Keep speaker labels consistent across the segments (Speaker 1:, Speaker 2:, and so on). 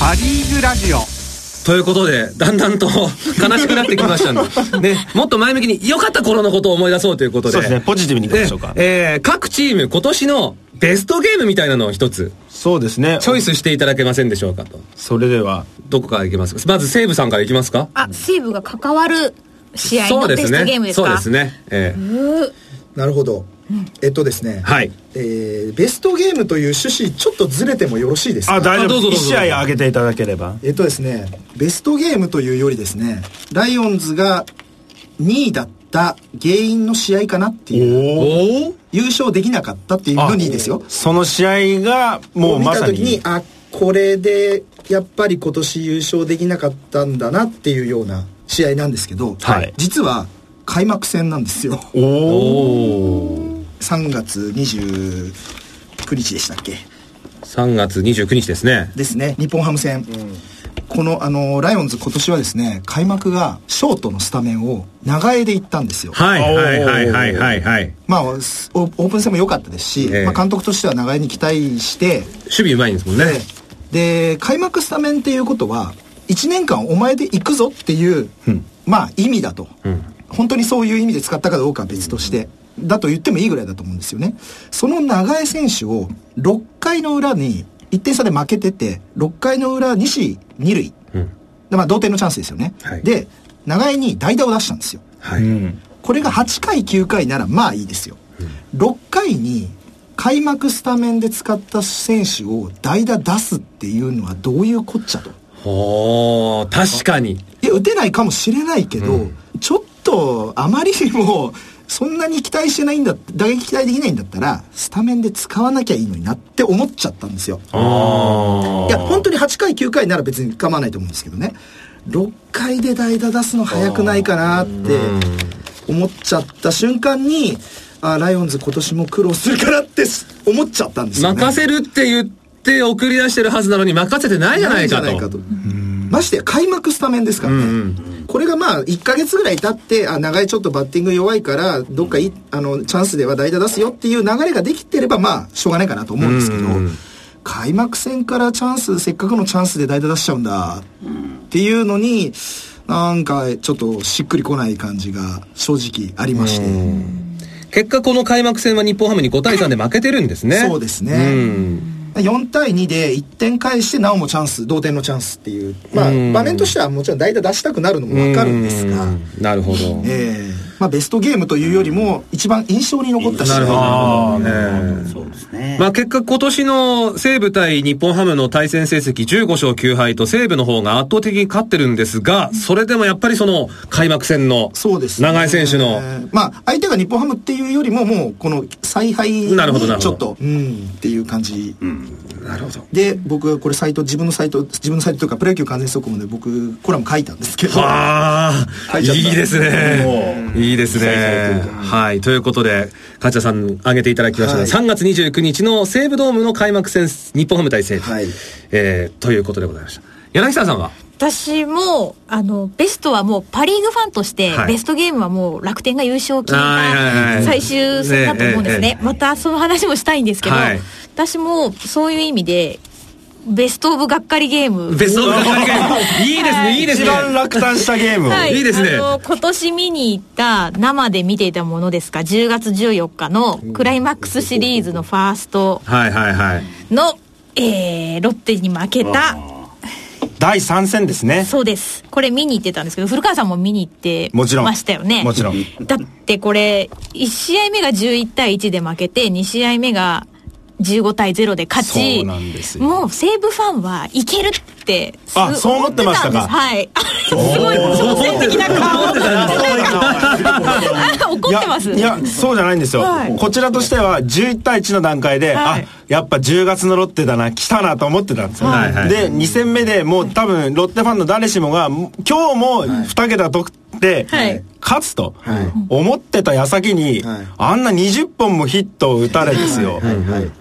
Speaker 1: パ・リーグラジオ
Speaker 2: ということで、だんだんと 悲しくなってきましたの で、ね、もっと前向きに良かった頃のことを思い出そうということで。
Speaker 3: そうですねポジティブにいきましょうか
Speaker 2: えー各チーム今年のベストゲームみたいなのを一つ、
Speaker 3: そうですね。
Speaker 2: チョイスしていただけませんでしょうかと。
Speaker 3: それでは、
Speaker 2: どこからいきますかまず西武さんからいきますか
Speaker 4: あ、西武が関わる試合のベストゲームです
Speaker 2: そう
Speaker 4: か
Speaker 2: です。ね。えー
Speaker 5: なるほど。えっとですね。
Speaker 2: はい
Speaker 5: えーベストゲームという趣旨ちょっとずれてもよろしいですか。
Speaker 3: あ、大
Speaker 2: あ
Speaker 3: 丈
Speaker 2: どうぞど
Speaker 3: 夫。
Speaker 2: うぞ
Speaker 3: 一試合上げていただければ。
Speaker 5: えっとですね、ベストゲームというよりですね、ライオンズが2位だった原因の試合かなっていう、
Speaker 3: おお。
Speaker 2: おー
Speaker 5: 優勝できなかったっていうのにですよ。
Speaker 3: その試合が、もう
Speaker 5: 見
Speaker 3: ま
Speaker 5: た
Speaker 3: さ
Speaker 5: 時に
Speaker 3: に、、
Speaker 5: あ、これでやっぱり今年優勝できなかったんだなっていうような試合なんですけど、
Speaker 3: はい
Speaker 5: 実は開幕戦なんですよ。
Speaker 3: おお。
Speaker 5: 3月29日でしたっけ
Speaker 2: 3月29日ですね。
Speaker 5: ですね日本ハム戦、このあのライオンズ今年はですね開幕がショートのスタメンを長江で行ったんですよ
Speaker 2: はい
Speaker 3: おー
Speaker 2: はいはいはいはいはい。
Speaker 5: まあオーオープン戦も良かったですし、
Speaker 2: ええ
Speaker 5: まあ、監督としては長江に期待して
Speaker 2: 守備うまいんですもんね。
Speaker 5: で開幕スタメンっていうことは1年間お前で行くぞっていう、まあ意味だと、本当にそういう意味で使ったかどうかは別として、だと言ってもいいぐらいだと思うんですよねその長江選手を6回の裏に1点差で負けてて6回の裏西二塁、でまあ、同点のチャンスですよね、
Speaker 2: はい
Speaker 5: で長江に代打を出したんですよ
Speaker 2: はい。
Speaker 5: これが8回9回ならまあいいですよ、6回に開幕スタメンで使った選手を代打出すっていうのはどういうこっちゃと
Speaker 2: ほー、確かに。
Speaker 5: いや打てないかもしれないけど、ちょっとあまりにもそんなに期待してないんだ打撃期待できないんだったらスタメンで使わなきゃいいのになって思っちゃったんですよいや本当に8回9回なら別に構わないと思うんですけどね6回で代打出すの早くないかなって思っちゃった瞬間にあライオンズ今年も苦労するからって思っちゃったんですよ、ね、
Speaker 2: 任せるって言って送り出してるはずなのに任せてないじゃないか
Speaker 5: ないん
Speaker 2: と。
Speaker 5: ましてや開幕スタメンですからね、これがまあ1か月ぐらい経ってあ長いちょっとバッティング弱いからどっかいいあのチャンスでは代打出すよっていう流れができてればまあしょうがないかなと思うんですけど、開幕戦からチャンスせっかくのチャンスで代打出しちゃうんだっていうのになんかちょっとしっくりこない感じが正直ありまして、
Speaker 2: 結果この開幕戦は日本ハムに5対3で負けてるんですね。
Speaker 5: そうですね、
Speaker 2: うん。
Speaker 5: 4対2で1点返してなおもチャンス同点のチャンスっていう、まあ、場面としてはもちろん代打出したくなるのも分かるんですが、
Speaker 2: うんなるほど。
Speaker 5: ええまあ、ベストゲームというよりも一番印象に残った試
Speaker 2: なるほど。
Speaker 5: 合
Speaker 2: あ
Speaker 6: そうですね。
Speaker 2: まあ結果今年の西武対日本ハムの対戦成績15勝9敗と西武の方が圧倒的に勝ってるんですが、それでもやっぱりその開幕戦の
Speaker 5: そうです、
Speaker 2: 長井選手の
Speaker 5: まあ、相手が日本ハムっていうよりももうこの采配に
Speaker 2: なるほどなるほど
Speaker 5: ちょっとうんっていう感じ、なるほどで僕はこれサイト自分のサイト自分のサイトというかプロ野球完全速報で僕コラム書いたんですけど
Speaker 2: はあ、
Speaker 5: 書
Speaker 2: い
Speaker 5: いちゃった
Speaker 2: いですね。いいですね。はい。ということで、勝田さん挙げていただきましたが、
Speaker 5: はい
Speaker 2: 3月29日の西武ドームの開幕戦、日本ハム対西武。
Speaker 5: はい
Speaker 2: えーということでございました。柳沢さんは
Speaker 4: 私も、あの、ベストはもうパリーグファンとして、
Speaker 2: はい
Speaker 4: ベストゲームはもう楽天が優勝を決め
Speaker 2: はいはいは
Speaker 4: た
Speaker 2: い
Speaker 4: 最終戦だと思うんです
Speaker 2: ええ
Speaker 4: ね。またその話もしたいんですけど
Speaker 2: はい、
Speaker 4: 私もそういう意味で、ベストオブがっかりゲーム。
Speaker 2: ベストオブの開幕いいですね、いいです
Speaker 3: 一
Speaker 2: ね。
Speaker 3: 番落胆したゲームを。
Speaker 4: はい
Speaker 2: いですね
Speaker 4: あの今年見に行った生で見ていたものですか10月14日のクライマックスシリーズのファースト
Speaker 2: はいはいはい。
Speaker 4: の、えー、ロッテに負けた
Speaker 3: 第3戦ですね。
Speaker 4: そうですこれ見に行ってたんですけど古川さんも見に行って
Speaker 3: もちろん
Speaker 4: ましたよね
Speaker 3: もちろん
Speaker 4: だってこれ1試合目が11対1で負けて2試合目が15対0で勝ち
Speaker 3: そうなんですよ
Speaker 4: もう西武ファンはいけるってす
Speaker 3: あそう思ってましたか
Speaker 4: 思ってたんですはい あすごい挑戦的な顔あ 怒ってます
Speaker 3: いやいやそうじゃないんですよ、
Speaker 4: はい
Speaker 3: こちらとしては11対1の段階で、
Speaker 4: はい
Speaker 3: あやっぱ10月のロッテだな来たなと思ってたんですよ、
Speaker 2: はいはい
Speaker 3: で2戦目でもう多分ロッテファンの誰しもがもう今日も2桁得って、
Speaker 4: はい
Speaker 3: 勝つと
Speaker 5: はい
Speaker 3: 思ってた矢先に、
Speaker 5: はい
Speaker 3: あんな20本もヒットを打たれですよ、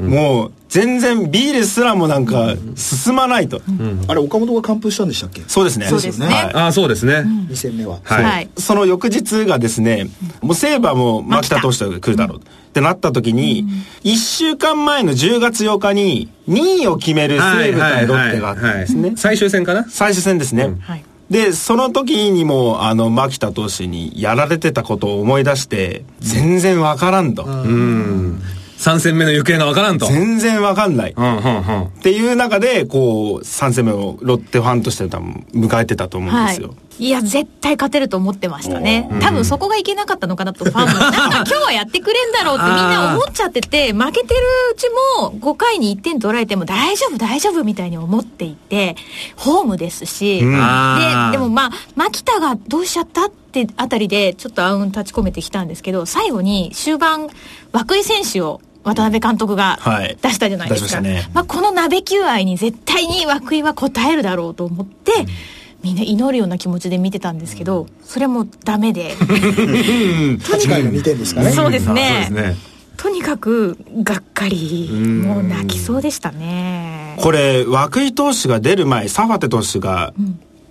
Speaker 3: もう全然ビールすらもなんか進まないと。
Speaker 5: あれ岡本が完封したんでしたっけ
Speaker 3: そうですね。
Speaker 4: そうですね
Speaker 3: はい
Speaker 2: ああ、そうですね。
Speaker 5: 2戦目は、
Speaker 2: はい
Speaker 4: はい。
Speaker 3: その翌日がですね、もうセーバーも牧田投手が来るだろうってなった時に、1週間前の10月8日に2位を決める西武対ロッテがあったんですね。
Speaker 2: 最終戦かな
Speaker 3: 最終戦ですね。
Speaker 4: はい。
Speaker 3: で、その時にも、あの、牧田投手にやられてたことを思い出して、全然わからんと。
Speaker 2: うん。3戦目の行方がわからんと。うん、
Speaker 3: 全然わかんない。っ
Speaker 2: うん、うん。
Speaker 3: ていう中で、こう、3戦目をロッテファンとして多分迎えてたと思うんで
Speaker 4: は
Speaker 3: すよ。
Speaker 4: い。いや、絶対勝てると思ってましたね。多分そこがいけなかったのかなと、ファン も。なんか今日はやってくれんだろうってみんな思っちゃってて、負けてるうちも5回に1点取られても大丈夫大丈夫みたいに思っていて、ホームですし、
Speaker 3: ん
Speaker 4: で
Speaker 2: あー、
Speaker 4: でもまあ、牧田がどうしちゃったってあたりで、ちょっとあうん立ち込めてきたんですけど、最後に終盤、涌井選手を渡辺監督が
Speaker 3: はい
Speaker 4: 出したじゃないですか。
Speaker 3: 出しましたね
Speaker 4: まあ、この鍋球愛に絶対に涌井は応えるだろうと思って、みんな祈るような気持ちで見てたんですけど、それもダメで。
Speaker 5: 8回の2点ですかね
Speaker 4: そうです
Speaker 2: あ
Speaker 4: ね
Speaker 2: そうですね。
Speaker 4: とにかく、がっかり。
Speaker 2: ん
Speaker 4: もう泣きそうでしたね。
Speaker 3: これ、涌井投手が出る前、サファテ投手が、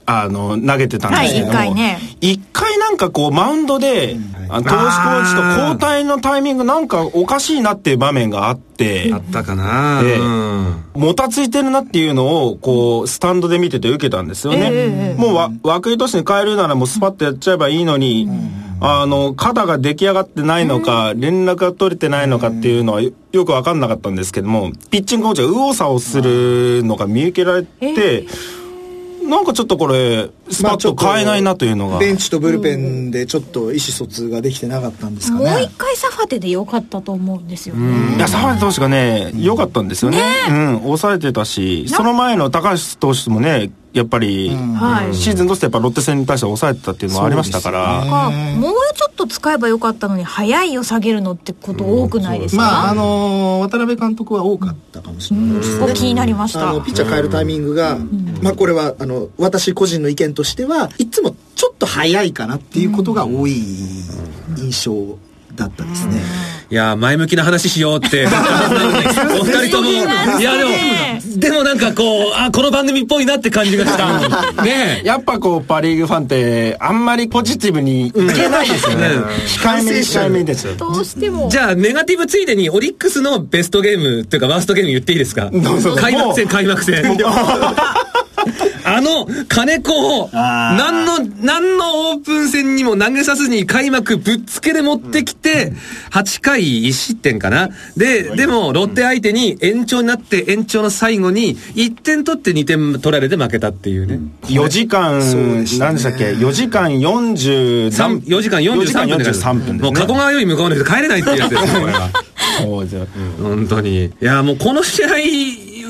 Speaker 3: あの、投げてたんですけども、
Speaker 4: はい一回ね
Speaker 3: 一回なんかこう、マウンドで、あの投手コーチと交代のタイミングなんかおかしいなっていう場面があって
Speaker 2: あ、ったかな
Speaker 3: ええ
Speaker 2: うん。
Speaker 3: もたついてるなっていうのを、こう、スタンドで見てて受けたんですよね。
Speaker 4: ええ
Speaker 3: もうわ、涌井投手に変えるならもうスパッとやっちゃえばいいのに、あの、肩が出来上がってないのか、連絡が取れてないのかっていうのはよよくわかんなかったんですけども、ピッチングコーチが右往左往するのが見受けられて、なんかちょっとこれ、スパッと変えないなというのが。
Speaker 5: ベンチとブルペンでちょっと意思疎通ができてなかったんですか
Speaker 4: も
Speaker 5: ね
Speaker 4: う一回サファテで良かったと思うんですよね。
Speaker 3: いや、澤田投手がね、良かったんですよね。うん、抑えてたし、その前の高橋投手もね、やっぱり、
Speaker 4: はい。
Speaker 3: シーズンとしてやっぱロッテ戦に対して抑えてたっていうのはありましたから、
Speaker 4: かもうちょっと使えばよかったのに早いを下げるのってこと多くないですか、
Speaker 5: まああのー渡辺監督は多かったかもしれないですね、
Speaker 4: うんそこ気になりました
Speaker 5: あのピッチャー変えるタイミングが、まあこれはあの私個人の意見としてはいつもちょっと早いかなっていうことが多い印象だったですね、
Speaker 2: いやー、前向きな話しようって。お二人とも。いや、でも、でもなんかこう、あ、この番組っぽいなって感じがした。ねえ。
Speaker 3: やっぱこうパ・リーグファンってあんまりポジティブにいけないですよね
Speaker 2: うん
Speaker 3: 控えめに控えめですよ
Speaker 4: どうしても
Speaker 2: じゃあ、ネガティブついでに、オリックスのベストゲーム、というか、ワーストゲーム言っていいですか
Speaker 3: どうぞ
Speaker 2: 開幕戦、
Speaker 3: もう
Speaker 2: 開幕戦。あの、金子を、
Speaker 5: あー
Speaker 2: 何の、何のオープン戦にも投げさせずに開幕ぶっつけで持ってきて、8回1失点かな。で、でも、ロッテ相手に延長になって、延長の最後に、1点取って2点取られて負けたっていうね。
Speaker 3: 4時間
Speaker 5: そうでしたね
Speaker 3: 何でしたっけ4時間40
Speaker 2: 三4時間43分で帰る
Speaker 3: 43分ですね
Speaker 2: もう加古川より向こうの人帰れないっていうやつ ですよ、これは。
Speaker 3: そうですよ
Speaker 2: 本当に。いや、もうこの試合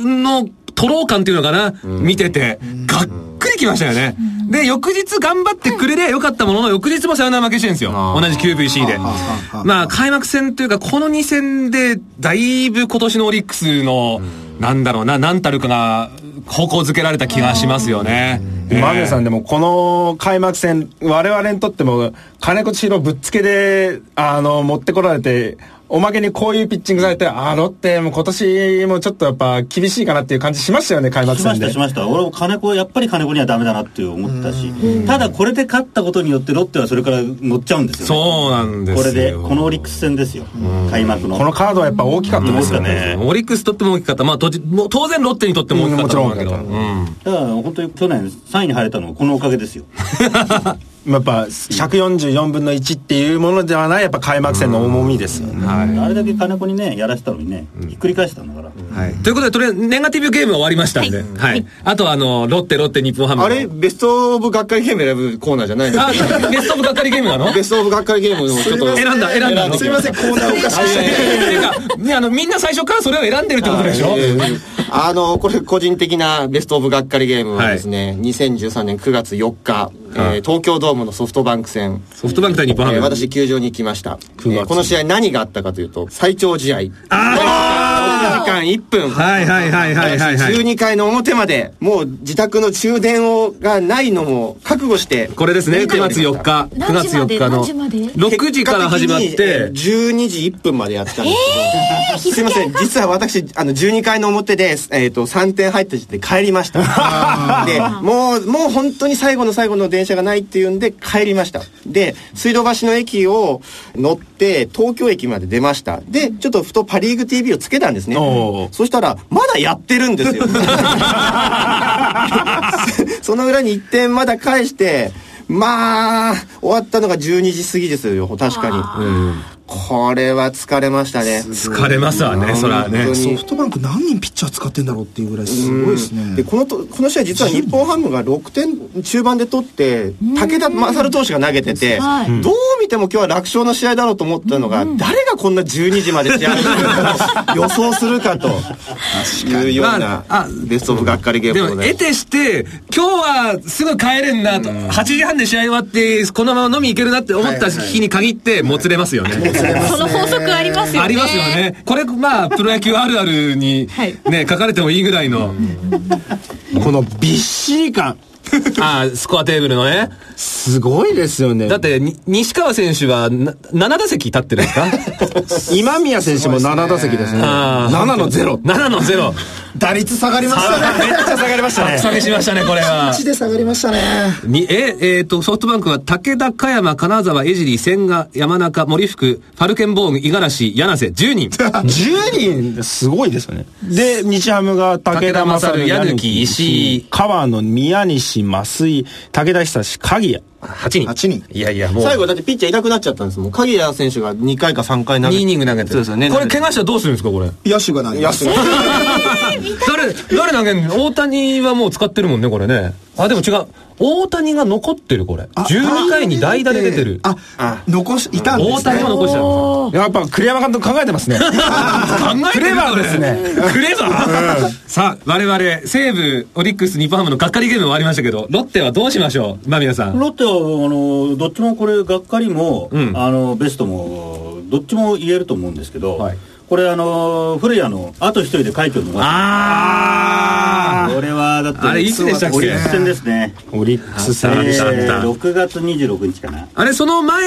Speaker 2: のトロー感っていうのかな、見てて、がっくりきましたよね。で、翌日頑張ってくれりゃよかったものの、翌日もサヨナラ負けしてるんですよ。同じ QVC で。
Speaker 5: はあはあはあ
Speaker 2: まあ、開幕戦というか、この2戦で、だいぶ今年のオリックスの、なんだろうな、何たるかが、方向づけられた気がしますよね。ええ
Speaker 3: マグさんでもこの開幕戦我々にとっても金子千尋ぶっつけであの持ってこられておまけにこういうピッチングされてあーロッテも今年もちょっとやっぱ厳しいかなっていう感じしましたよね開幕
Speaker 1: しま
Speaker 3: 戦
Speaker 1: し
Speaker 3: で
Speaker 1: たしました俺も金子やっぱり金子にはダメだなって思ったしただこれで勝ったことによってロッテはそれから乗っちゃうんですよ、ね、
Speaker 2: そうなんですよ
Speaker 1: これでこのオリックス戦ですよ開幕の
Speaker 3: このカードはやっぱ大きかったですよね
Speaker 2: オリックスにとっても大きかった。まあ、とじもう当然ロッテにとっても大きかったと思うけど。
Speaker 3: うんも
Speaker 2: う
Speaker 3: ち
Speaker 2: ん
Speaker 1: だから本当に去年3位に入れたのはこのおかげですよ
Speaker 3: やっぱ144分の1っていうものではないやっぱ開幕戦の重みですよね。
Speaker 2: はい。
Speaker 1: あれだけ金子にねやらせたのにねひっくり返したんだから、
Speaker 2: はい。ということで、とりあえず、ネガティブゲームは終わりましたんで。はい。あと、あの、ロッテ、ロッテ、日本ハム。
Speaker 6: あれベストオブがっかりゲーム選ぶコーナーじゃないの
Speaker 2: あ、ゲストオブがっかりゲームなの
Speaker 6: ベストオブがっかりゲームをちょっと。
Speaker 2: 選んだ、選んだの。
Speaker 6: すみません、コーナーおかし
Speaker 2: いやい
Speaker 6: い。
Speaker 2: やいやいやてかねあの、みんな最初からそれを選んでるってことでしょ
Speaker 6: えーあの、これ個人的なベストオブがっかりゲームはですね、2013年9月4日、えー
Speaker 2: はい
Speaker 6: 東京ドームのソフトバンク戦、
Speaker 2: ソフトバンク対日
Speaker 6: え
Speaker 2: 本ハム。
Speaker 6: ー私球場に行きました、え
Speaker 3: 9月
Speaker 6: ーこの試合何があったかというと、最長試合。
Speaker 2: あ
Speaker 6: 間1分。
Speaker 2: はいはいはいはいはいはい。
Speaker 6: 12回の表まで、もう自宅の終電をがないのも覚悟して。
Speaker 2: これですね、9月4。日、9
Speaker 4: 何
Speaker 2: 月
Speaker 4: 時ま
Speaker 2: 4
Speaker 4: で
Speaker 2: 日の
Speaker 4: 何時まで
Speaker 2: 6時から始まっ
Speaker 6: 結果的
Speaker 2: て、
Speaker 6: にえー12時1分までやってたんですけど。
Speaker 4: 日付
Speaker 6: すいません、実は私、あの、12回の表で、えっ、と、3点入った時点で帰りました。で、もう、もう本当に最後の最後の電車がないっていうんで帰りました。で、水道橋の駅を乗って、東京駅まで出ました。で、ちょっとふとパリーグ TV をつけたんですね
Speaker 3: おー。
Speaker 6: そしたら、まだやってるんですよ。その裏に1点まだ返して、まあ、終わったのが12時過ぎですよ、確かに。これは疲れましたね。
Speaker 2: 疲れますわね、そらね
Speaker 6: 本。当
Speaker 5: ソ
Speaker 6: に
Speaker 5: フトバンク何人ピッチャー使ってんだろうっていうぐらいすごいですね
Speaker 6: で。このとこの試合実は日本ハムが6点中盤で取って武田勝投手が投げてて、
Speaker 4: はい
Speaker 6: どう見ても今日は楽勝の試合だろうと思ったのが、誰がこんな12時まで試合を予想するかというよう
Speaker 2: ま
Speaker 6: な
Speaker 2: ああ
Speaker 6: ベストオブがっかりゲーム
Speaker 2: で
Speaker 6: でご
Speaker 2: も、
Speaker 6: ざい
Speaker 2: 得
Speaker 6: ます
Speaker 2: てして、今日はすぐ帰れんなと、8時半で試合終わって、このまま飲み行けるなって思った日に限って、もつれますよね。
Speaker 4: その法則ありますよね。
Speaker 2: ありますよ。ね。これ、まあ、プロ野球あるあるに
Speaker 4: はい、
Speaker 2: ね、書かれてもいいぐらいの、
Speaker 3: このびっしり感、
Speaker 2: あースコアテーブルのね。
Speaker 3: すごいですよね。
Speaker 2: だって、に西川選手は、な7打席立ってるんですか
Speaker 3: 今宮選手も7打席ですね。
Speaker 2: あー
Speaker 3: 7の0。
Speaker 2: ?7 の0。
Speaker 5: 打率下がりましたね。
Speaker 2: めっちゃ下がりま したね。 下げしましたね、これは。
Speaker 5: 1で下がりましたね。
Speaker 2: に、え、えっ、と、ソフトバンクは、武田、加山、金沢、江尻、千賀、山中、森福、ファルケンボーグ、五十嵐、柳瀬、10人。
Speaker 3: 10人すごいですよね。で、日ハムが武田勝、
Speaker 2: 武田勝柳石井
Speaker 3: 川野、宮西、増井、武田久志、鍵谷。
Speaker 2: 8人。
Speaker 5: 八人
Speaker 2: いやいや、もう。
Speaker 6: 最後だってピッチャーいなくなっちゃったんですもん鍵谷選手が2回か3回投
Speaker 2: 2
Speaker 6: げ
Speaker 2: イ
Speaker 6: て
Speaker 2: ニング投げて。
Speaker 6: そうですよね
Speaker 2: これ、怪我したらどうするんですか、これ。
Speaker 5: 野手がなります。
Speaker 2: 誰、誰投げんの大谷はもう使ってるもんね、これね。あ、でも違う。大谷が残ってる、これ。12回に代打で出てる。
Speaker 5: あ、残し、いたんですね。
Speaker 2: 大谷も残してたんですよ。
Speaker 3: やっぱ栗山監督考えてます ね。
Speaker 2: 考えてる
Speaker 3: クレバーですね。
Speaker 2: クレバー、さあ、我々、西武、オリックス、日本ハムのがっかりゲーム終わりましたけど、ロッテはどうしましょう間宮さん。
Speaker 1: ロッテはあのどっちもこれがっかりも、
Speaker 2: うん
Speaker 1: あのベストもどっちも言えると思うんですけど、
Speaker 2: はい
Speaker 1: これあの古谷のあと一人で快挙の
Speaker 2: あ
Speaker 1: これはだって
Speaker 2: あれいつでしたっけ
Speaker 1: オリックス戦ですね、
Speaker 3: オリックス
Speaker 1: え
Speaker 2: あっ
Speaker 3: 戦。
Speaker 2: たあった
Speaker 1: ー、6月26日かな
Speaker 2: あれ、その前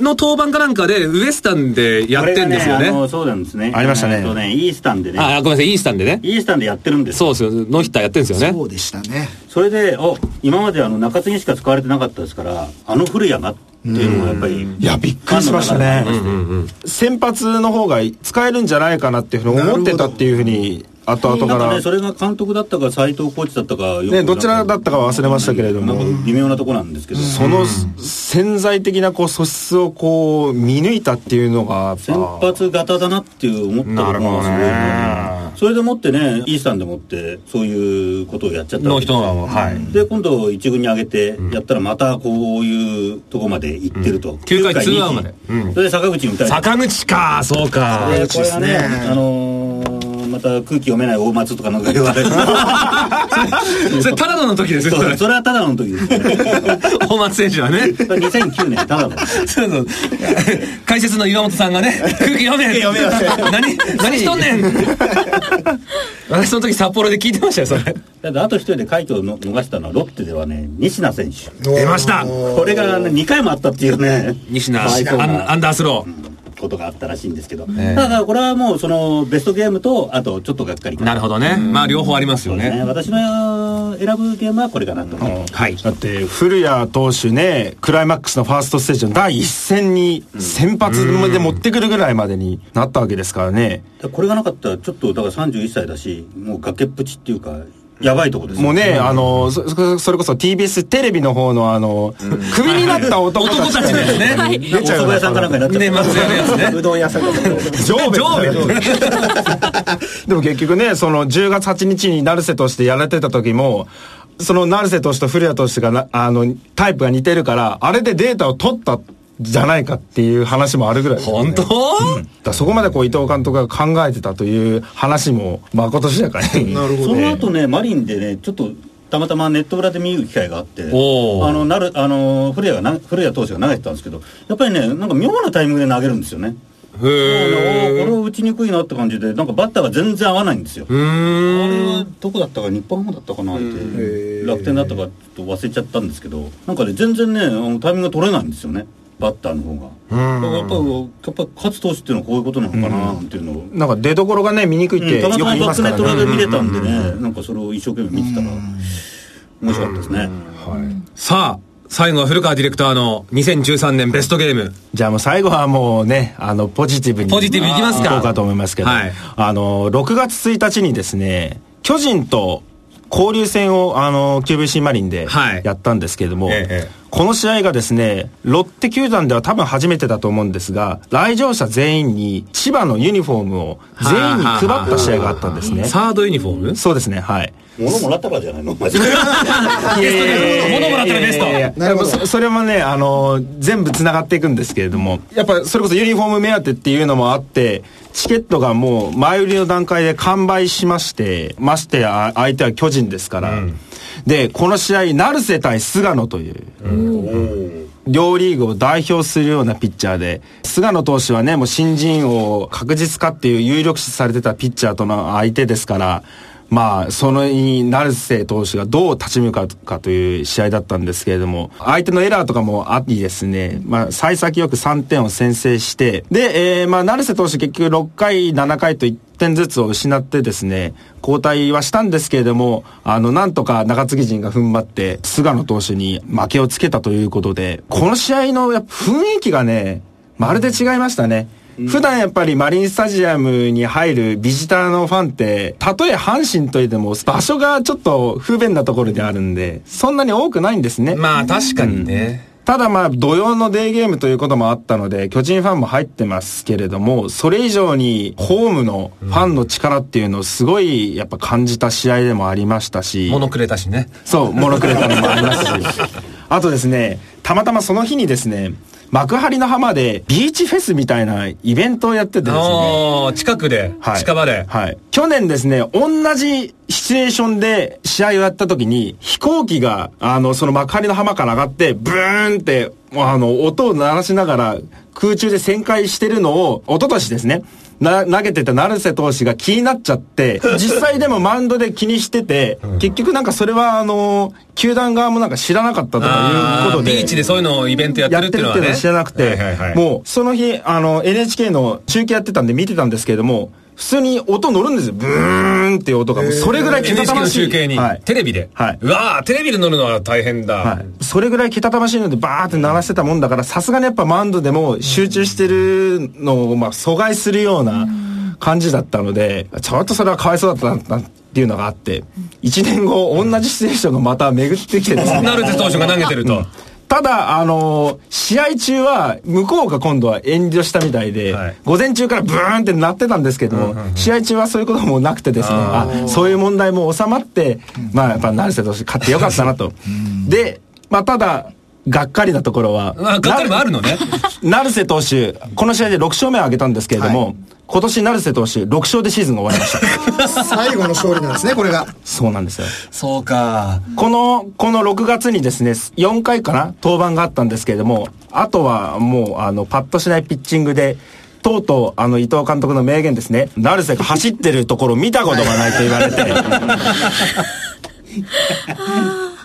Speaker 2: の登板かなんかで、ウエスタンでやってんですよ
Speaker 1: これ
Speaker 2: ね。
Speaker 1: があのそうなんですね
Speaker 3: ありましたね
Speaker 1: えーとねイースタンでね
Speaker 2: ああ、ごめんなさい、イースタンでね。
Speaker 1: イースタンでやってるんです
Speaker 2: そうですよ、ノーヒッターやってんですよね。
Speaker 5: そうでしたね。
Speaker 1: それでお今まであの中継ぎしか使われてなかったですからあの古谷がっていうのがやっぱり
Speaker 3: いや、びっくりしましたね
Speaker 1: ファンの中でありま。
Speaker 3: 先発の方が使えるんじゃないかなっていうふうに思ってたっていうふうに、後々
Speaker 1: なん
Speaker 3: か
Speaker 1: からね、。それが監督だったか斎藤コーチだったかよく
Speaker 3: ね、どちらだったかは忘れましたけれど
Speaker 1: なんか
Speaker 3: も。
Speaker 1: 微妙なとこなんですけど、
Speaker 3: その潜在的なこう素質をこう見抜いたっていうのが
Speaker 1: 先発型だなっていう思ったところがすごい
Speaker 2: なるほど
Speaker 1: ねそれでもってねイースタンでもってそういうことをやっちゃった
Speaker 2: ノー
Speaker 1: わ
Speaker 2: ヒ
Speaker 1: け
Speaker 2: ットはもう、はい。
Speaker 1: で今度一軍に上げてやったらまたこういうとこまで行ってると、
Speaker 2: 九回
Speaker 1: 九
Speaker 2: ツーアウトまで
Speaker 1: 二それで坂口に打たれて
Speaker 2: 坂口か、そうか。
Speaker 1: でこれがね、あのーまた空気読めない大松とかなんか言われる
Speaker 2: それ、タラドの 時ですよ、そ
Speaker 1: そう
Speaker 2: れ。
Speaker 1: それはただの時ですね
Speaker 2: 大松選手はね。
Speaker 1: これ2009年ただの
Speaker 2: そうそう。解説の岩本さんがね、空気読め読め何、何しとんねん 私その時札幌で聞いてましたよ、それ。
Speaker 1: だってあと一人で快挙をの逃したのはロッテではね西名選手
Speaker 2: 出ました
Speaker 1: これが、ね、2回もあったっていうね
Speaker 2: 西名、
Speaker 1: はいそう
Speaker 2: アンアンダースロ
Speaker 1: ことがあったらしいんですけど、
Speaker 2: ええ
Speaker 1: ただこれはもうそのベストゲームとあとちょっとがっかり
Speaker 2: ー。なるほどね。まあ、両方ありますよ
Speaker 1: そうですね
Speaker 2: ね。
Speaker 1: 私の選ぶゲームはこれかなと、
Speaker 2: はい。
Speaker 3: だって古谷投手ねクライマックスのファーストステージの第一戦に先発で持ってくるぐらいまでになったわけですからね、
Speaker 1: これがなかったらちょっとだから31歳だしもう崖っぷちっていうかやばいとこですよ
Speaker 3: もうね、あのそそそれこそ TBS テレビの方のあの、クビになった男
Speaker 2: 男た
Speaker 3: た
Speaker 2: ち
Speaker 3: ち
Speaker 2: ですね。
Speaker 1: なんかお蕎麦屋さんかなんかになっちゃ
Speaker 2: ね、
Speaker 1: っ
Speaker 2: 松屋のやつね。
Speaker 5: うどん屋さ んが。
Speaker 3: 上下
Speaker 2: 上下
Speaker 3: でも結局ねその10月8日に成瀬投手でやられてた時もその成瀬投手と古谷投手がなあのタイプが似てるからあれでデータを取ったじゃないかっていう話もあるぐらいですね
Speaker 2: 本当
Speaker 3: だからそこまでこう伊藤監督が考えてたという話もまことしやかに
Speaker 5: なるほ
Speaker 1: そ
Speaker 5: ど。
Speaker 1: の後ねマリンでねちょっとたまたまネット裏で見る機会があってあ
Speaker 2: おー
Speaker 1: のなるあの古谷がな古谷投手が投げてたんですけどやっぱりねなんか妙なタイミングで投げるんですよね
Speaker 2: へへえ。
Speaker 1: これは打ちにくいなって感じでなんかバッターが全然合わないんですよ、
Speaker 2: うー
Speaker 1: あ
Speaker 2: ん。
Speaker 1: れはどこだったか日本の方だったかなって、楽天だったかちょっと忘れちゃったんですけどなんかね全然ねあのタイミングが取れないんですよねバッターの方が、だからやっぱりやっぱり勝つ投手っていうのはこういうことなのかなっていうのを、うん
Speaker 3: なんか出所がね、見にくいってよ
Speaker 1: たま
Speaker 3: く
Speaker 1: たま
Speaker 3: 言い
Speaker 1: バ
Speaker 3: ま
Speaker 1: ック
Speaker 3: す
Speaker 1: ネ
Speaker 3: か
Speaker 1: ッ
Speaker 3: ら
Speaker 1: ト裏
Speaker 3: ね。
Speaker 1: で見れたんでね、なんかそれを一生懸命見てたら、面白かったですね。
Speaker 2: さあ、最後は古川ディレクターの2013年ベストゲーム。
Speaker 3: じゃあもう最後はもうね、あの、ポジティブに。
Speaker 2: ポジティブいきますか
Speaker 3: 行こうかと思いますけど。
Speaker 2: はい
Speaker 3: あの、6月1日にですね、巨人と交流戦を、あの、QVC マリンで
Speaker 2: はい
Speaker 3: やったんですけれども、
Speaker 2: ええ
Speaker 3: この試合がですね、ロッテ球団では多分初めてだと思うんですが、来場者全員に千葉のユニフォームを全員に配った試合があったんですね。
Speaker 2: サードユニフォーム
Speaker 3: そうですね、はい。
Speaker 1: 物もらったからじゃないのマジで。
Speaker 2: ベストです。物もらったらベスト。
Speaker 3: いやいやいやでもそそれもね、あのー全部つながっていくんですけれどもやっぱそれこそユニフォーム目当てっていうのもあってチケットがもう前売りの段階で完売しましてましてや相手は巨人ですから、でこの試合成瀬対菅野という。両リーグを代表するようなピッチャーで、菅野投手はね、もう新人王確実かっていう有力視されてたピッチャーとの相手ですから、まあ、そのに、成瀬投手がどう立ち向かうかという試合だったんですけれども、相手のエラーとかもありですね、まあ、幸先よく3点を先制して、で、えーまあ、成瀬投手結局6回、7回と1点ずつを失ってですね、交代はしたんですけれども、あの、なんとか中継ぎ陣が踏ん張って、菅野投手に負けをつけたということで、この試合のやっぱ雰囲気がね、まるで違いましたね。普段やっぱりマリンスタジアムに入るビジターのファンって、たとえ阪神といっても場所がちょっと不便なところであるんで、そんなに多くないんですね。
Speaker 2: まあ確かにね。
Speaker 3: ただまあ土曜のデーゲームということもあったので巨人ファンも入ってますけれどもそれ以上にホームのファンの力っていうのをすごいやっぱ感じた試合でもありましたし、
Speaker 2: 物くれたしね。
Speaker 3: そうモノクレタのもありますしあとですねたまたまその日にですね幕張の浜でビーチフェスみたいなイベントをやっててですね
Speaker 2: ああ、近くで、
Speaker 3: はい
Speaker 2: 近場で。
Speaker 3: はい。去年ですね、同じシチュエーションで試合をやった時に、飛行機が、あの、その幕張の浜から上がって、ブーンって、もうあの、音を鳴らしながら、空中で旋回してるのを、一昨年ですね、な、投げてた成瀬投手が気になっちゃ って、実際でもマウンドで気にしてて、結局なんかそれは、あの、球団側もなんか知らなかったとか
Speaker 2: あ
Speaker 3: いうこ
Speaker 2: ー
Speaker 3: とで。
Speaker 2: ビーチでそういうのをイベントやって
Speaker 3: や
Speaker 2: る
Speaker 3: っ
Speaker 2: って
Speaker 3: て
Speaker 2: いうのは
Speaker 3: るっていう
Speaker 2: ね。
Speaker 3: のは知らなくて、もうその日、あの、NHK の中継やってたんで見てたんですけれども、普通に音乗るんですよ。ブーンっていう音が。もうそれぐらいけたた
Speaker 2: NHK
Speaker 3: ま
Speaker 2: の
Speaker 3: しい。
Speaker 2: 中継に、
Speaker 3: はい。
Speaker 2: テレビで。
Speaker 3: はいう
Speaker 2: わあ、テレビで乗るのは大変だ。
Speaker 3: はい、それぐらいけたたましいのでバーって鳴らしてたもんだからさすがにやっぱマウンドでも集中してるのをまあ阻害するような感じだったのでちょっとそれはかわいそうだったなっていうのがあって1年後同じシチュエーションがまた巡ってきてですね
Speaker 2: ナルテ投手が投げて ると。
Speaker 3: ただ、あのー試合中は、向こうが今度は遠慮したみたいで、
Speaker 2: はい
Speaker 3: 午前中からブーンってなってたんですけども、試合中はそういうこともなくてですね、
Speaker 2: あ
Speaker 3: あそういう問題も収まって、まあ、やっぱ、成瀬投手勝ってよかったなと。で、まあ、ただ、がっかりなところは、
Speaker 2: あ、がっかりもあるのね。
Speaker 3: 成瀬投手、この試合で6勝目を挙げたんですけれども、今年成瀬投手、6勝でシーズンが終わりました。
Speaker 5: 最後の勝利なんですね、これが。
Speaker 3: そうなんですよ。
Speaker 2: そうか。
Speaker 3: この、この6月にですね、4回かな、登板があったんですけれども、あとはもう、あの、パッとしないピッチングで、とうとう、あの、伊藤監督の名言ですね、成瀬が走ってるところ見たことがないと言われ て、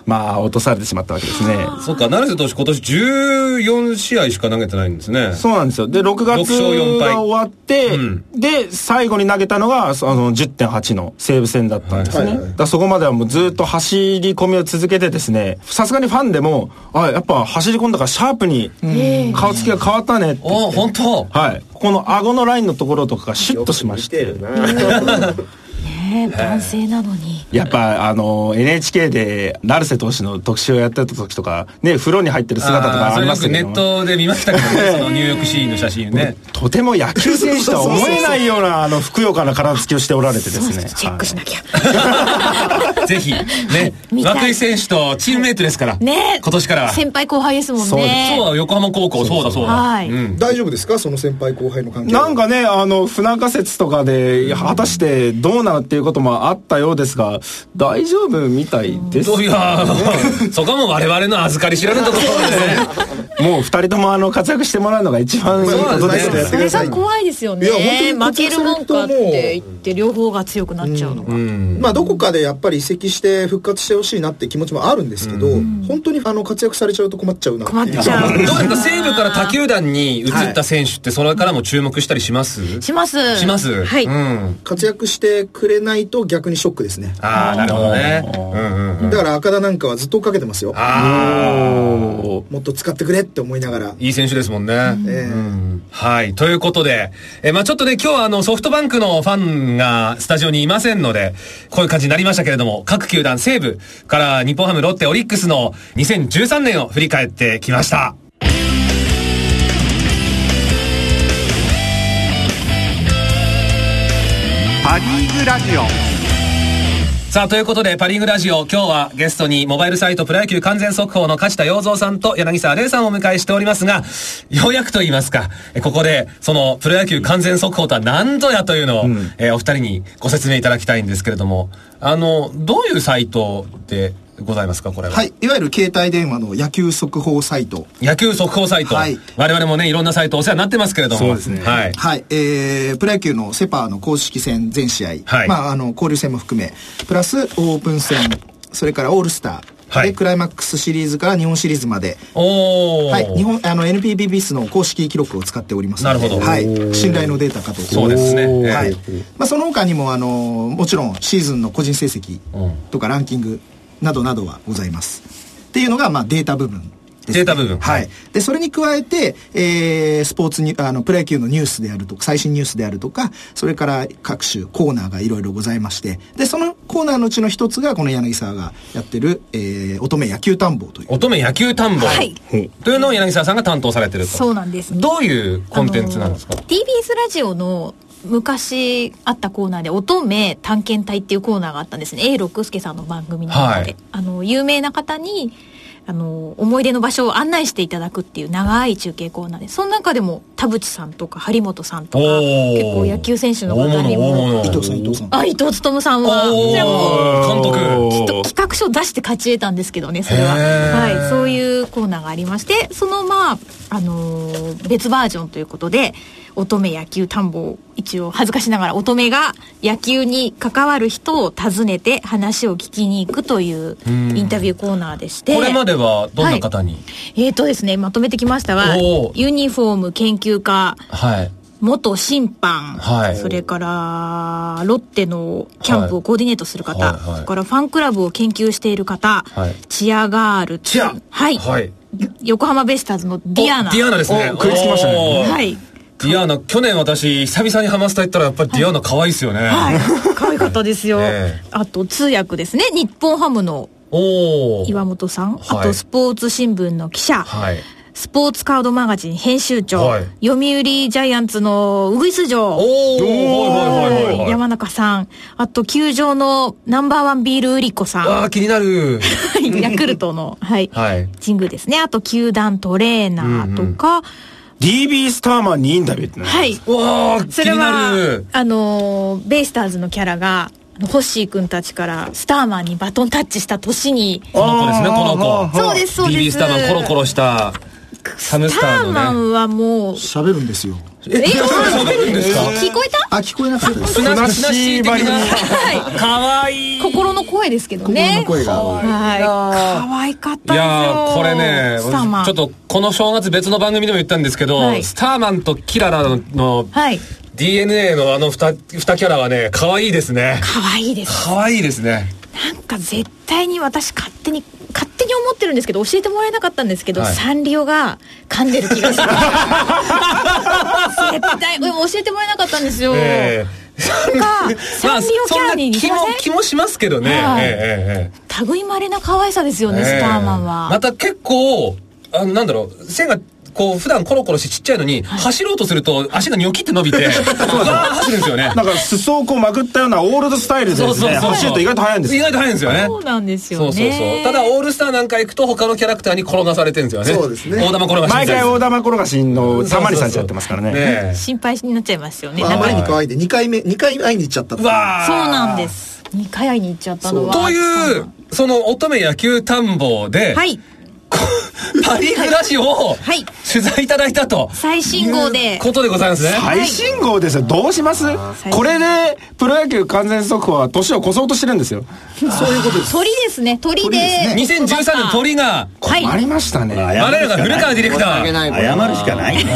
Speaker 3: まあ、落とされてしまったわけですね。
Speaker 2: そうか、成瀬投手今年14試合しか投げてないんですね。
Speaker 3: そうなんですよ。で、6月
Speaker 2: 勝4敗
Speaker 3: が終わって、
Speaker 2: うん
Speaker 3: で、最後に投げたのが、そあの、10.8の西武戦だったんですね。
Speaker 5: はいはい
Speaker 3: だからそこまではもうずっと走り込みを続けてですね、さすがにファンでも、あ、やっぱ走り込んだからシャープに顔つきが変わったねって。
Speaker 2: おお、本当。
Speaker 3: はい。この顎のラインのところとかがシュッとしまして。
Speaker 4: ねえ男性なのに
Speaker 3: やっぱ、あの、NHK で、成瀬投手の特集をやってた時とか、ね、風呂に入ってる姿
Speaker 2: あ
Speaker 3: と
Speaker 2: ー
Speaker 3: かあ
Speaker 2: そ
Speaker 3: り
Speaker 2: れ
Speaker 3: ま
Speaker 2: よ
Speaker 3: した
Speaker 2: く
Speaker 3: けど
Speaker 2: ネットで見ましたけどね、そのニューヨークシーンの写真ね。
Speaker 3: とても野球選手とは思えないような、あの、ふくよかな体つきをしておられてで
Speaker 4: そう
Speaker 3: す
Speaker 4: ちょっ
Speaker 3: ね
Speaker 4: と。チェックしなきゃ、
Speaker 2: ぜひ、ね、
Speaker 4: 見たい
Speaker 2: 涌井選手とチームメイトですから、
Speaker 4: ねえ
Speaker 2: 今年から。そう
Speaker 4: 先輩後輩ですもんね
Speaker 2: だ、横浜高校、そうだそう
Speaker 4: は
Speaker 2: だ。
Speaker 4: い
Speaker 2: うん。
Speaker 5: 大丈夫ですかその先輩後輩の関係は
Speaker 3: なんかね、あの、不仲説とかで、果たしてどうなるっていうこともあったようですが、大丈夫みたいです
Speaker 2: いやーそこはもう我々の預かり知らぬところですね。
Speaker 3: もう二人ともあの活躍してもらうのが一番いいことです
Speaker 5: そう
Speaker 3: ね
Speaker 5: です
Speaker 4: そ
Speaker 5: ね
Speaker 4: れさ怖いですよね
Speaker 7: いや本当
Speaker 4: 負け
Speaker 7: に
Speaker 4: るもんかって言って両方が強くなっちゃうのか、
Speaker 7: まあどこかでやっぱり移籍して復活してほしいなって気持ちもあるんですけど、本当にあの活躍されちゃうと困っちゃうなっていう
Speaker 4: 困っちゃう
Speaker 2: どうですか西部から他球団に移った選手ってそれからも注目したりします
Speaker 4: します
Speaker 2: します
Speaker 4: はい、
Speaker 2: うん。
Speaker 7: 活躍してくれないと逆にショックですね。
Speaker 2: ああ、なるほどね。うんうんうん。
Speaker 7: だから赤田なんかはずっと追っかけてますよ。
Speaker 2: ああ。
Speaker 7: もっと使ってくれって思いながら。
Speaker 2: いい選手ですもんね。
Speaker 7: え
Speaker 2: うんはい。ということで、えーまあちょっとね、今日はあの、ソフトバンクのファンがスタジオにいませんので、こういう感じになりましたけれども、各球団西部から日本ハム、ロッテ、オリックスの2013年を振り返ってきました。
Speaker 8: パ・リーグラジオ
Speaker 2: さあ、ということで、パリングラジオ、今日はゲストにモバイルサイトプロ野球完全速報の梶田洋三さんと柳沢玲さんをお迎えしておりますが、ようやくと言いますか、えここで、その、プロ野球完全速報とは何ぞやというのを、えーお二人にご説明いただきたいんですけれども、あの、どういうサイトでございますか、これは。
Speaker 5: はい。いわゆる携帯電話の野球速報サイト。
Speaker 2: 野球速報サイト。
Speaker 5: はい
Speaker 2: 我々もね、いろんなサイトお世話になってますけれども。
Speaker 3: そうですね
Speaker 2: はい。
Speaker 5: はい、えー、プロ野球のセパの公式戦全試合、
Speaker 2: はい
Speaker 5: まあ、あの、交流戦も含め、プラスオープン戦、それからオールスター、
Speaker 2: はい
Speaker 5: で、クライマックスシリーズから日本シリーズまで、
Speaker 2: おー。
Speaker 5: はい、日本、あの、NPB ビスの公式記録を使っておりますので
Speaker 2: なるほど
Speaker 5: はい、信頼のデータかと。
Speaker 2: そうですね。えー
Speaker 5: はい。まあ、その他にも、あの、もちろんシーズンの個人成績とかランキングなどなどはございます。っていうのが、まあ、データ部分ですね。
Speaker 2: データ部分
Speaker 5: はい。で、それに加えて、えー、スポーツに、あの、プロ野球のニュースであるとか、最新ニュースであるとか、それから各種コーナーがいろいろございまして、で、そのコーナーのうちの一つが、この柳沢がやってる、えー、乙女野球探訪という。
Speaker 2: 乙女野球探訪。
Speaker 4: はい
Speaker 2: というのを柳沢さんが担当されてると。
Speaker 4: そうなんです
Speaker 2: どういうコンテンツなんですか、
Speaker 4: あの TBS ラジオの昔あったコーナーで乙女探検隊っていうコーナーがあったんですね A 六輔さんの番組の中で、
Speaker 2: はい
Speaker 4: あの有名な方にあの思い出の場所を案内していただくっていう長い中継コーナーでその中でも田淵さんとか張本さんとか結構野球選手の方にも
Speaker 5: 伊藤さん、伊藤さん。
Speaker 4: あ伊藤勉さんはそれはもう
Speaker 2: おー監督
Speaker 4: きっと企画書を出して勝ち得たんですけどねそれは、
Speaker 2: へー
Speaker 4: はい、そういうコーナーがありましてそのまあ、あのー別バージョンということで乙女野球探訪一応恥ずかしながら乙女が野球に関わる人を訪ねて話を聞きに行くというインタビューコーナーでして
Speaker 2: これまではどんな方に
Speaker 4: えっ、とですねまとめてきましたは
Speaker 2: おー
Speaker 4: ユニフォーム研究家
Speaker 2: はい、
Speaker 4: 元審判、
Speaker 2: はい
Speaker 4: それからロッテのキャンプをコーディネートする
Speaker 2: はい
Speaker 4: 方、
Speaker 2: はいはい
Speaker 4: それからファンクラブを研究している方、
Speaker 2: はい
Speaker 4: チアガールチ
Speaker 2: ア
Speaker 4: はい、
Speaker 2: はい
Speaker 4: 横浜ベイスターズのディアナ
Speaker 2: おディアナですね
Speaker 3: お食いつきましたね
Speaker 2: おー
Speaker 4: はい、
Speaker 2: ディアナ去年私久々にハマスタ行ったらやっぱりディアナ可愛いですよね、
Speaker 4: はい、可愛かったで すよ、
Speaker 2: え
Speaker 4: あと通訳ですね日本ハムの
Speaker 2: おお
Speaker 4: 岩本さん、
Speaker 2: はい
Speaker 4: あとスポーツ新聞の記者、
Speaker 2: はい
Speaker 4: スポーツカードマガジン編集長、
Speaker 2: はい
Speaker 4: 読売ジャイアンツのウグイ
Speaker 2: お
Speaker 4: ス城
Speaker 2: おはいはいはいはいはい
Speaker 4: 山中さんあと球場のナンバーワンビール売り子さん
Speaker 2: あー気になる
Speaker 4: はいヤクルトの、はい、
Speaker 2: はい
Speaker 4: 神宮ですね。あと、球団トレーナーとか、
Speaker 3: DB スターマンにインタビューってね
Speaker 4: はい。
Speaker 2: わあ気
Speaker 4: それ
Speaker 2: にな
Speaker 4: は
Speaker 2: る、
Speaker 4: あのー、ベイスターズのキャラが、あのホッシー君たちからスターマンにバトンタッチした年に、
Speaker 2: この子ですねこの子
Speaker 4: そうです、そうです。
Speaker 2: ビスターマンコロコロしたサムス
Speaker 4: ス
Speaker 2: タ
Speaker 4: タ
Speaker 2: ー
Speaker 4: ー
Speaker 2: のね
Speaker 4: マンはもう、
Speaker 5: 喋るんですよ。
Speaker 2: え 喋るんですか
Speaker 4: 聞こえた
Speaker 5: あ、聞こえなかったです。
Speaker 2: ふなっしー的な可愛い
Speaker 4: 心の声ですけどね。
Speaker 5: 心の声が
Speaker 4: はい。可愛かったですよ。
Speaker 2: いやーこれね
Speaker 4: スターマン。
Speaker 2: ちょっとこの正月別の番組でも言ったんですけど、
Speaker 4: はい
Speaker 2: スターマンとキララの
Speaker 4: はい。
Speaker 2: DNA のあの 2, 二キャラはね可愛いですね
Speaker 4: 可愛いです。
Speaker 2: 可愛いですね
Speaker 4: なんか絶対に私勝手に勝手に思ってるんですけど教えてもらえなかったんですけど、
Speaker 2: はい
Speaker 4: サンリオが噛んでる気がする絶対でも教えてもらえなかったんですよ、
Speaker 2: え
Speaker 4: なんか
Speaker 2: えま
Speaker 4: サ
Speaker 2: あ
Speaker 4: ンリオキャラに似
Speaker 2: そ
Speaker 4: て
Speaker 2: ん
Speaker 4: ま
Speaker 2: な
Speaker 4: せ
Speaker 2: 気も気もしますけどね、
Speaker 4: はい
Speaker 2: ええええ
Speaker 4: ん類いまれな可愛さですよ
Speaker 2: え
Speaker 4: ね、
Speaker 2: え
Speaker 4: スターマンは、
Speaker 2: また結構あのなんだろう線がこう普段コロコロしてちっちゃいのに、走ろうとすると足がニョキって伸び てわー走るんですよね
Speaker 3: なんか裾をこうまくったようなオールドスタイルで
Speaker 2: そう
Speaker 3: です
Speaker 2: そう
Speaker 3: ね
Speaker 2: そう
Speaker 3: 走ると意外と速いんです
Speaker 2: 意
Speaker 3: よ
Speaker 2: 外と早いんですよね
Speaker 4: そうなんです
Speaker 2: そ
Speaker 4: よね
Speaker 2: うそうそう。ただ、オールスターなんか行くと他のキャラクターに転がされてるんですよね。
Speaker 7: そうですね
Speaker 2: 大玉転がしみたい
Speaker 3: 毎
Speaker 2: な
Speaker 3: 回大玉転がしのたまりさんちゃってますからね
Speaker 2: ねえ
Speaker 4: 心配になっちゃいますよね、
Speaker 7: まあ、
Speaker 4: なんか
Speaker 7: 前に可愛いで、2回目、2回会いに行っちゃったって
Speaker 2: う
Speaker 7: いう
Speaker 2: わー
Speaker 4: そうなんです2回に行っちゃったのは。
Speaker 2: という、その乙女野球探訪で、
Speaker 4: はい。
Speaker 2: こパリーグラジオを
Speaker 4: はい
Speaker 2: 取材いただいたと
Speaker 4: 最新号で。
Speaker 2: ことでございますね。
Speaker 3: 最新号ですよ。どうします
Speaker 4: 新号
Speaker 3: これで、プロ野球完全速報は年を越そうとしてるんですよ。
Speaker 5: そういうことです。
Speaker 4: 鳥ですね、鳥で。
Speaker 2: 2013年鳥が、
Speaker 4: はい。
Speaker 3: ありましたね。
Speaker 1: 謝
Speaker 2: 我らが古川ディレクター。
Speaker 1: ない 謝るしかない
Speaker 5: えじ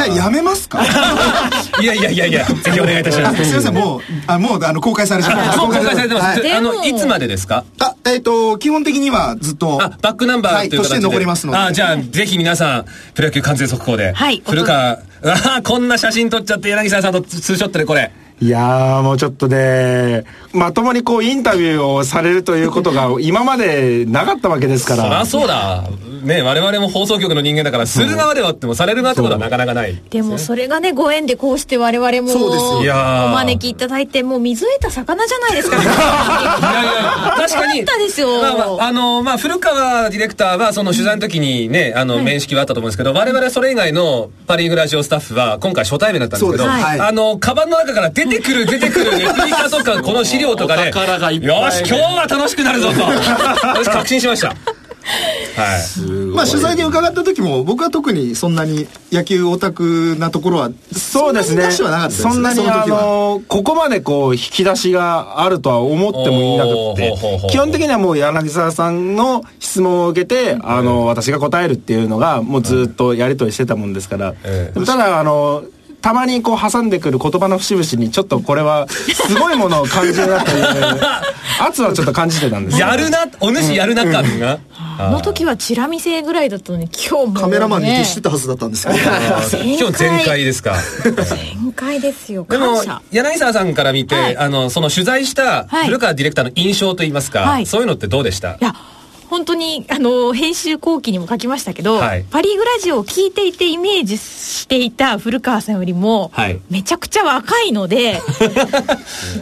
Speaker 5: ゃあやめますか
Speaker 2: いやいやいやいや、ぜひお願いいたし
Speaker 5: あ
Speaker 2: ますす。
Speaker 5: いません、もう、あもうあの公開されてます。
Speaker 2: もう公開されてます。
Speaker 5: はい
Speaker 2: あの、
Speaker 4: で
Speaker 2: い
Speaker 4: も
Speaker 2: つまでですか
Speaker 5: あ、えっ、と、基本的にはずっと。
Speaker 2: あ、バックナンバ
Speaker 5: は
Speaker 2: ー
Speaker 5: い、
Speaker 2: という形
Speaker 5: とし
Speaker 2: で。
Speaker 5: て残りますので。
Speaker 2: あ、じゃあ、ぜひ皆さん、プロ野球完全速報で。
Speaker 4: はい
Speaker 2: 古川、あーこんな写真撮っちゃって、柳沢さんとツーショットでこれ。
Speaker 3: いやー、もうちょっとね、まともにこうインタビューをされるということ が今までなかったわけですか
Speaker 2: そり
Speaker 3: ら
Speaker 2: ゃ。そうだ。ね、我々も放送局の人間だから、する側ではあっても、される側ってことはなかなかない。
Speaker 4: でもそれがね、ご縁でこうして我々も、
Speaker 5: そうですよ
Speaker 4: お
Speaker 2: いやー
Speaker 4: 招きいただいて、もう水得た魚じゃないですか。
Speaker 2: いやいや確かに。
Speaker 4: よかったですよ
Speaker 2: まあまあ、あの、まあ、古川ディレクターは、その取材の時にね、あの、面識はあったと思うんですけど、我々それ以外のパリーグラジオスタッフは、今回初対面だったんですけど、
Speaker 5: そうですはい
Speaker 2: あの、カバンの中から出てくる、出てくる、レプリカとか、この資料とかで、
Speaker 9: お宝がいっぱい
Speaker 2: よし、今日は楽しくなるぞと、私確信しました。はい。
Speaker 5: まあ取材で伺った時も、僕は特にそんなに野球オタクなところは、
Speaker 3: そうですね。
Speaker 5: そんなに出して
Speaker 3: そ
Speaker 5: は
Speaker 3: ん
Speaker 5: なか
Speaker 3: な
Speaker 5: ったですね
Speaker 3: に
Speaker 5: その
Speaker 3: あ
Speaker 5: 時は
Speaker 3: の、ここまでこう引き出しがあるとは思ってもいなくて
Speaker 2: おーほうほうほう、
Speaker 3: 基本的にはもう柳沢さんの質問を受けて、あの、私が答えるっていうのが、もうずっとやりとりしてたもんですから、
Speaker 2: ええ
Speaker 3: でもただあの、たまにこう挟んでくる言葉の節々にちょっとこれはすごいものを感じるなと いう圧はちょっと感じてたんですけど
Speaker 2: やるな、お主やるなか、みんな。
Speaker 4: あの時はチラ見せぐらいだったのに、今日も、ね。
Speaker 5: カメラマンに徹してたはずだったんですけど。
Speaker 2: 今日全開ですか。
Speaker 4: 全開ですよ。
Speaker 2: でも
Speaker 4: 感謝。、
Speaker 2: 柳沢さんから見て、
Speaker 4: はい
Speaker 2: あの、その取材した、
Speaker 4: はい
Speaker 2: 古川ディレクターの印象といいますか、
Speaker 4: はい
Speaker 2: そういうのってどうでした
Speaker 4: いや本当にあの編集後期にも書きましたけど、
Speaker 2: はい
Speaker 4: パ・リーグラジオを聞いていてイメージしていた古川さんよりも、
Speaker 2: はい
Speaker 4: めちゃくちゃ若い ので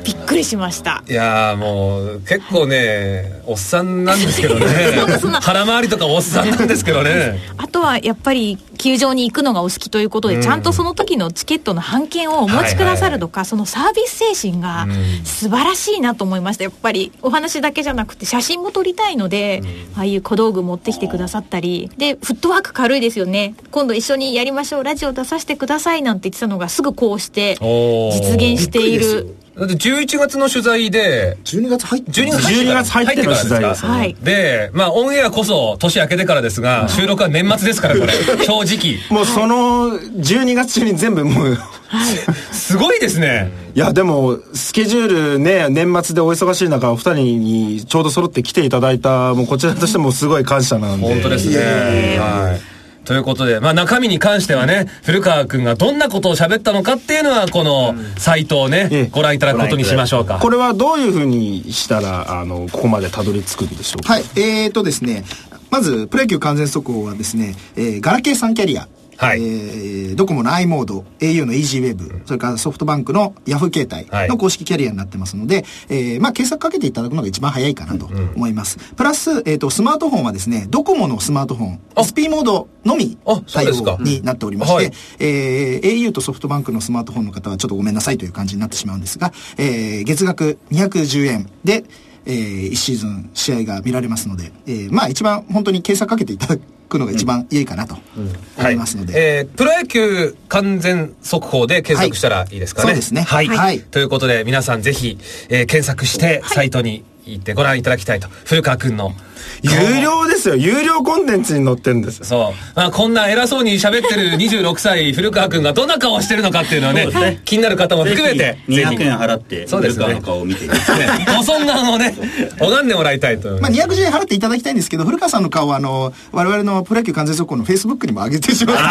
Speaker 4: びっくりしました。
Speaker 2: いやーもう、結構ね、おっさんなんですけどね
Speaker 4: そんなそん。な
Speaker 2: 腹回りとかおっさんなんですけどね。
Speaker 4: あとはやっぱり球場に行くのがお好きということで、ちゃんとその時のチケットの半券をお持ちくださるとか、そのサービス精神が素晴らしいなと思いましたやっぱりお話だけじゃなくて写真も撮りたいので、ああいう小道具持ってきてくださったりでフットワーク軽いですよね今度一緒にやりましょうラジオ出させてくださいなんて言ってたのがすぐこうして
Speaker 2: おー
Speaker 4: 実現している。
Speaker 2: だって11月の取材で、
Speaker 5: 12月入って
Speaker 2: 12月
Speaker 3: 12月入っての取材ですね
Speaker 4: はい
Speaker 2: で、まあオンエアこそ年明けてからですが、収録は年末ですからこれ、正直。
Speaker 3: もうその12月中に全部もう
Speaker 2: すごいですね。
Speaker 3: いやでもスケジュールね年末でお忙しい中お二人にちょうど揃って来ていただいたもうこちらとしてもすごい感謝なんで
Speaker 2: 本当ですね。はい。ということで、まあ中身に関してはね、古川くんがどんなことを喋ったのかっていうのは、このサイトをね、
Speaker 3: ええ
Speaker 2: ご覧いただくことにしましょうか。
Speaker 3: これはどういうふうにしたらあのここまでたどり着くんでしょうか
Speaker 5: はい、えーとですね、まず、プロ野球完全速報はですね、えーガラケー3キャリア、
Speaker 2: はい
Speaker 5: えードコモの i モード、au の EasyWeb、それからソフトバンクの Yahoo 携
Speaker 2: はい
Speaker 5: 帯の公式キャリアになってますので、えーまあ、検索かけていただくのが一番早いかなと思います。プラス、えーと、スマートフォンはですね、ドコモのスマートフォン、
Speaker 2: あ
Speaker 5: SP モードのみ
Speaker 2: あそう
Speaker 5: 対
Speaker 2: ですか
Speaker 5: 応になっておりまして、
Speaker 2: はい
Speaker 5: えー au とソフトバンクのスマートフォンの方はちょっとごめんなさいという感じになってしまうんですが、えー月額210円で、え1シーズン試合が見られますので、えーまあ一番本当に計算かけていただくのが一番いいかなと思いますので、
Speaker 2: えープロ野球完全速報で検索したらいいですかね。
Speaker 5: はいそうですね
Speaker 2: はい。
Speaker 5: はい
Speaker 2: ということで、皆さんぜひ、えー検索して、サイトに行ってご覧いただきたいと。古川くんの。
Speaker 3: 有料ですよ有料コンテンツに載ってるんですよ
Speaker 2: そう。まあ、こんな偉そうに喋ってる26歳、古川くんがどんな顔してるのかっていうのはね、
Speaker 1: そうですね
Speaker 2: 気になる方も含めて、ぜひ
Speaker 1: 200円払って
Speaker 2: そうですね
Speaker 1: ルカの顔を見ていただき
Speaker 2: ね、ご尊顔をね、拝んでもらいたいと思い
Speaker 5: ま
Speaker 2: ま
Speaker 5: あ、
Speaker 2: す。
Speaker 5: 210円払っていただきたいんですけど、古川さんの顔は、あの、我々のプロ野球完全速報のフェイスブックにも上げてしまって。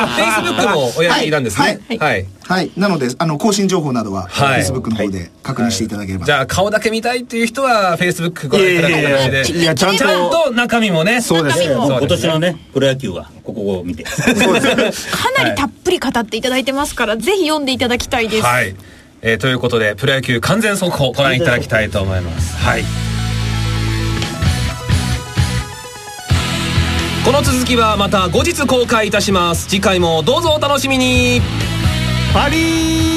Speaker 2: フェイスブックもおやりなんですね。はい。
Speaker 5: はい。なので、あの、更新情報などは、
Speaker 2: はい
Speaker 5: Facebook の方で確認していただければ。
Speaker 2: じゃあ、顔だけ見たいっていう人は、フェイスブックご覧いただく形で。
Speaker 3: いやちゃん
Speaker 2: ちゃん
Speaker 3: と
Speaker 2: と中身もね。
Speaker 3: そうです
Speaker 4: 中身も
Speaker 2: そう
Speaker 1: 今
Speaker 2: です
Speaker 1: 年
Speaker 2: ね
Speaker 1: のねプロ野球はここを見て
Speaker 4: かなりたっぷり語っていただいてますから、ぜひ読んでいただきたいです。
Speaker 2: はい。えーということで、プロ野球完全速報ご覧いただきたいと思います。はい。この続きはまた後日公開いたします。次回もどうぞお楽しみに。
Speaker 8: パリー